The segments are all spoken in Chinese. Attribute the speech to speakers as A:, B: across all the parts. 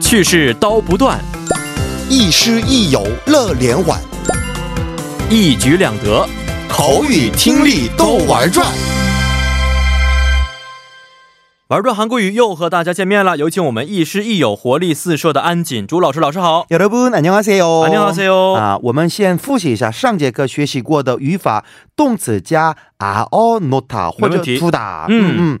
A: 去世刀不断，
B: 亦师亦友乐连环，
A: 一举两得。
B: 口语听力都玩转。
A: 玩转韩国语又和大家见面了，有请我们亦师亦友、活力四射的安锦珠老师。老师好，
C: 여러분 안녕하세요.
A: 안녕하세요.
C: 啊，我们先复习一下上节课学习过的语法，动词加啊 아어 놓다 或
A: 没
C: 者
A: 问题
C: 두다。
A: 嗯
C: 嗯嗯，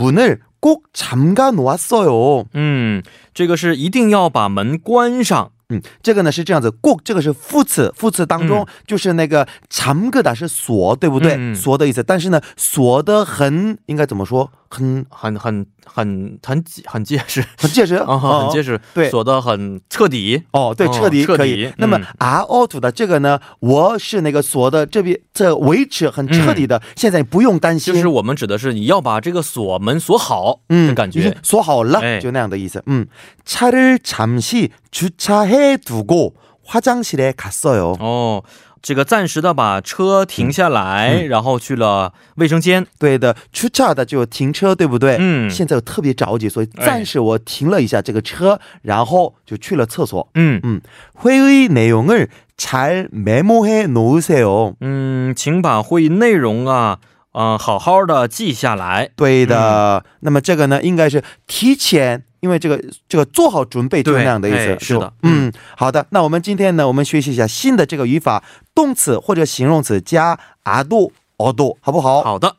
C: 문을꼭잠가놓았어요。
A: 嗯，这个是一定要把门关上。
C: 嗯，这个呢是这样子，꼭这个是副词，副词当中就是那个잠그다是锁，对不
A: 嗯嗯嗯
C: 对？锁的意思，但是呢，锁的很应该怎么说？很
A: 很很很很结很结实
C: 很结实
A: 啊，很结。
C: 哦
A: 实，
C: 对
A: 锁的很彻底。
C: 哦，对，
A: 哦
C: 彻底
A: 彻底
C: 可以。那么
A: 嗯
C: R O 图的这个呢，我是那个锁的这边这维持很彻底的，现在不用担
A: 음.
C: 心，
A: 就是我们指的是你要把这个锁门锁好的
C: 嗯
A: 感
C: 已经
A: 觉。
C: 锁好了，
A: 哎
C: 就那样的意思。嗯，차를잠시주차해두고화장실에갔어요。
A: 哦，这个暂时的把车停下来，
C: 嗯
A: 然后去了卫生间。
C: 对的，出差的就停车，对不对？
A: 嗯
C: 现在我特别着急，所以
A: 哎
C: 暂时我停了一下这个车，然后就去了厕所。
A: 嗯
C: 嗯，회의내용을잘메모해놓으세요。
A: 嗯，请把会议内容啊，啊、好好的记下来。
C: 对的，
A: 嗯
C: 那么这个呢，应该是提前，因为这个这个做好准备，就
A: 对
C: 那样的意
A: 哎
C: 思。
A: 是的
C: 就嗯，好的。那我们今天呢，我们学习一下新的这个语法，动词或者形容词加아도、어도，好不好？，
A: 好的，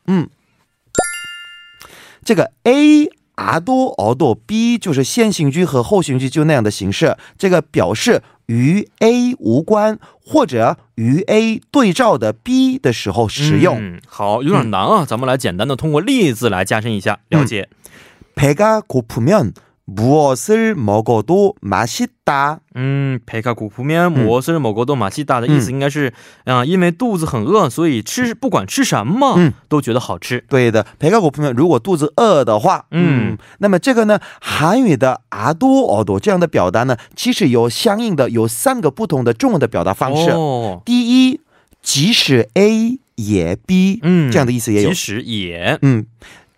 C: 这个 a。啊多熬多 b 就是先行句和后行句就那样的形式，这个表示与 a 无关或者与 a 对照的 b 的时候使用。
A: 嗯、好，有点难啊、咱们来简单的通过例子来加深一下
C: 嗯
A: 了解。
C: 배가 고프면 무엇을 먹어도 맛있다.
A: 嗯，배가고프면무엇을먹어도맛있다的意
C: 嗯
A: 思应该是，啊、因为肚子很饿，所以吃不管吃什么、
C: 嗯
A: 都觉得好吃。
C: 对的，배가고프면如果肚子饿的话，
A: 嗯
C: 嗯，那么这个呢，韩语的啊多哦多这样的表达呢，其实有相应的有三个不同的中文的表达方式。
A: 哦，
C: 第一，即使 A 也 B，
A: 嗯
C: 这样的意思也有
A: 即。使也，
C: 嗯，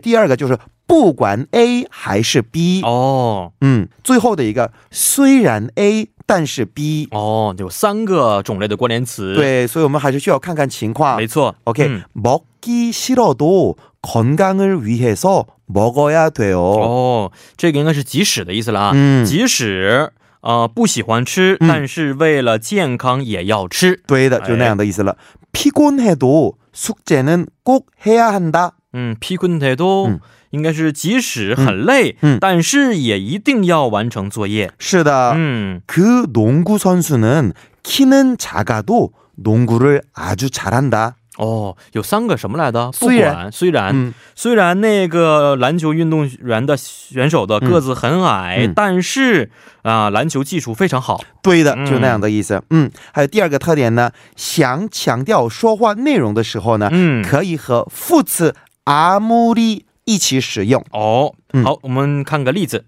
C: 第二个就是不管 A 还是 B，、
A: 哦
C: 嗯，最后的一个虽然 A 但是 B，、
A: 哦，有三个种类的关联词。，
C: 对，所以我们还是需要看看情况
A: 没。错。
C: OK，
A: 嗯
C: 먹기 싫어도 건강을 위해서 먹어야 돼요.
A: 哦，这个应该是即使的意思了啊。
C: 嗯
A: 即使呃不喜欢吃、
C: 嗯
A: 但是为了健康也要吃。
C: 对的，就那样的意思了。피곤해도 숙제는 꼭 해야 한다。
A: 嗯，피곤해도、
C: 嗯
A: 应该是即使很累、
C: 嗯嗯啊
A: 但是也一定要完成作业。
C: 是的，
A: 嗯，
C: 그 농구 선수는 키는 작아도 농구를 아주 잘한다。
A: 哦，有三个什么来的？不
C: 虽然
A: 管虽然、
C: 嗯，
A: 虽然那个篮球运动员的选手的个子很矮，
C: 嗯
A: 但是啊、篮球技术非常好。
C: 对的
A: 嗯，
C: 就那样的意思。嗯，还有第二个特点呢， 음. 想强调说话内容的时候呢，
A: 嗯，
C: 可以和副词아무리一起使用。
A: 哦，
C: 음.
A: 好，我们看个例子。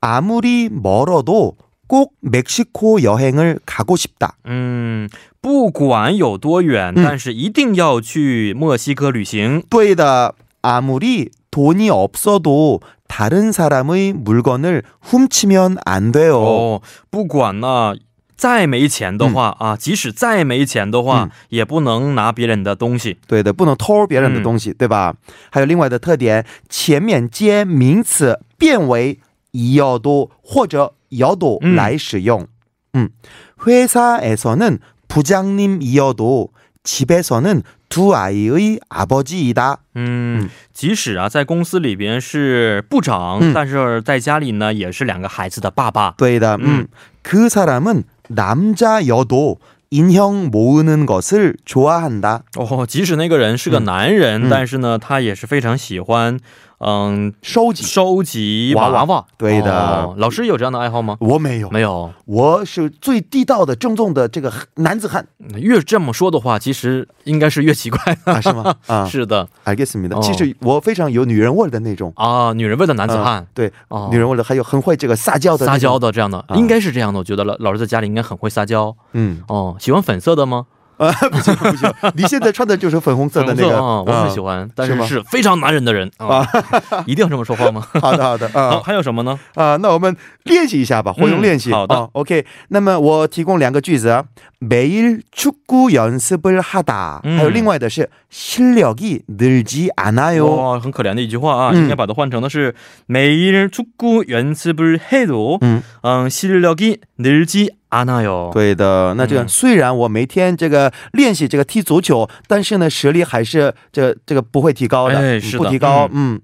C: 아무리 멀어도 꼭 멕시코 여행을 가고 싶다.
A: 嗯，不管有多远，
C: 嗯
A: 但是一定要去墨西哥旅行。
C: 또이다. 아무리 돈이 없어도 다른 사람의 물건을 훔치면 안 돼요.
A: 哦，不管呢，再没钱的话、啊，即使再没钱的话、
C: 嗯
A: 也不能拿别人的东西。
C: 对的,
A: 嗯。음.
C: 不能偷别人的东西,对吧?还有另外的特点,前面接名词变为이어도或者要도来使用. 음. 회사에서는 부장님이어도 집에서는 두 아이의 아버지이다.
A: 嗯
C: 嗯，
A: 即使啊，在公司里边是部长，
C: 嗯
A: 但是在家里呢，也是两个孩子的爸爸。
C: 되다.
A: 음.
C: 음. 그 사람은 남자여도 인형 모으는 것을 좋아한다.
A: 哦，即使那个人是个
C: 嗯
A: 男人，
C: 嗯
A: 但是呢，他也是非常喜欢，嗯，
C: 收集.
A: 收集娃
C: 娃
A: 娃。
C: 对的
A: 哦
C: 哦
A: 老师有这样的爱好吗？没有。
C: 我没有，我是最地道的正宗的这个男子汉啊，是吗？啊，
A: 越这么说的话，其实应该是越奇怪的。
C: 啊
A: 是的
C: 알겠습니다.
A: 어.
C: 其实我非常有女人味的那种。
A: 啊，女人味的男子汉，
C: 对，
A: 哦。
C: 女人味的，还有很会这个撒娇的，
A: 撒娇的这样的，
C: 啊
A: 应该是这样的。我觉得老老师在家里应该很会撒娇。
C: 嗯，
A: 哦，喜欢粉色的吗？
C: 啊，不行不行，你现在穿的就是粉红色的那个，
A: 啊，我很喜欢，但
C: 是
A: 是
C: 吗
A: 是非常男人的人啊， 一定要这么说话吗？
C: 嗯。好的好的
A: 好，
C: 啊
A: 还有什么呢？
C: 啊，那我们练习一下吧，活用练习。
A: 嗯好的
C: 啊，OK。那么我提供两个句子啊，매일축구연습을하다。
A: 嗯
C: 还有另外的是실력이늘지않아요。
A: 哇，很可怜的一句话啊，
C: 嗯
A: 应该把它换成的是매일축구연습을해도
C: 嗯，
A: 嗯실력이늘지않아요。
C: 对的。那这个、
A: 嗯
C: 虽然我每天这个练习这个踢足球，但是呢，实力还是这这个不会提高的，
A: 哎是的
C: 不提高。嗯，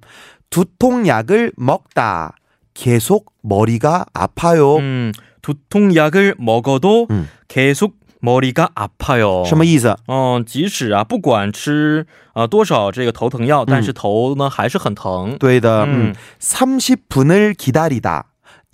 C: 두통약을먹다계속머리가아파요。
A: 嗯，두통약을먹어도
C: 嗯
A: 계속머리가아파요。
C: 什么意思？
A: 嗯，即使啊，不管吃啊、多少这个头疼药，
C: 嗯
A: 但是头呢还是很疼。
C: 对的，
A: 嗯
C: 嗯，3 0분을 음. 기다리다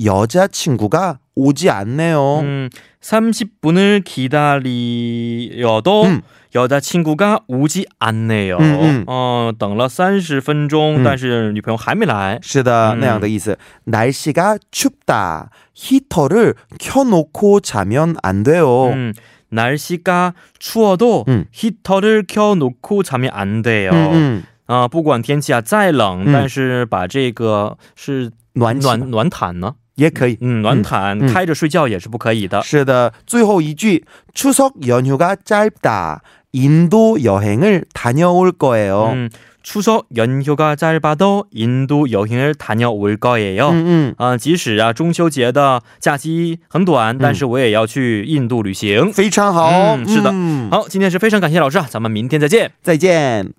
C: 여자친구가오지않네요。
A: 嗯， 음, 삼십분을기다리여도
C: 嗯
A: 여자친구가오지않네요。
C: 嗯嗯
A: 嗯，等了三十分钟、
C: 嗯
A: 但是女朋友还没来。
C: 是的，
A: 嗯
C: 那样的意思。 네, 날씨가춥다히터를켜놓고자면안돼요。
A: 嗯， 음, 날씨가추워도
C: 嗯
A: 히터를켜놓고자면안돼요。
C: 嗯嗯，
A: 啊、不管天气啊再冷、
C: 嗯
A: 但是把这个是
C: 暖气
A: 暖暖毯呢，
C: 也可以。
A: 嗯，暖毯、
C: 嗯
A: 开着睡觉也是不可以的。
C: 是的，最后一句，추석연휴가짧다인도여행을다녀올거예요。
A: 음, 추석 연휴가 짧아도 인도 여행을 다녀올
C: 음,
A: 거예요.
C: 嗯嗯，
A: 啊、即使啊中秋节的假期很短，但是我也要去印度旅行。
C: 非常好。
A: 嗯是的
C: 嗯
A: 好，今天是非常感谢老师啊，咱们明天再见。
C: 再见。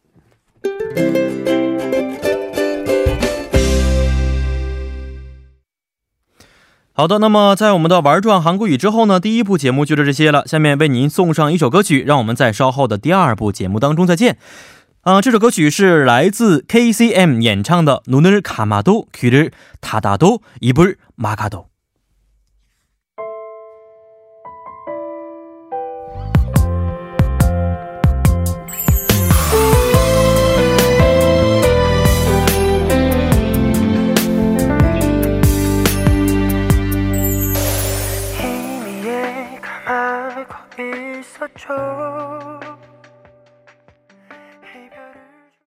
A: 好的，那么在我们的玩转韩国语之后呢，第一部节目就是这些了。下面为您送上一首歌曲，让我们在稍后的第二部节目当中再见。啊、这首歌曲是来自 KCM 演唱的《눈을감아도귀를닫아도입을막아도》。
D: 희미해 가만히 있었죠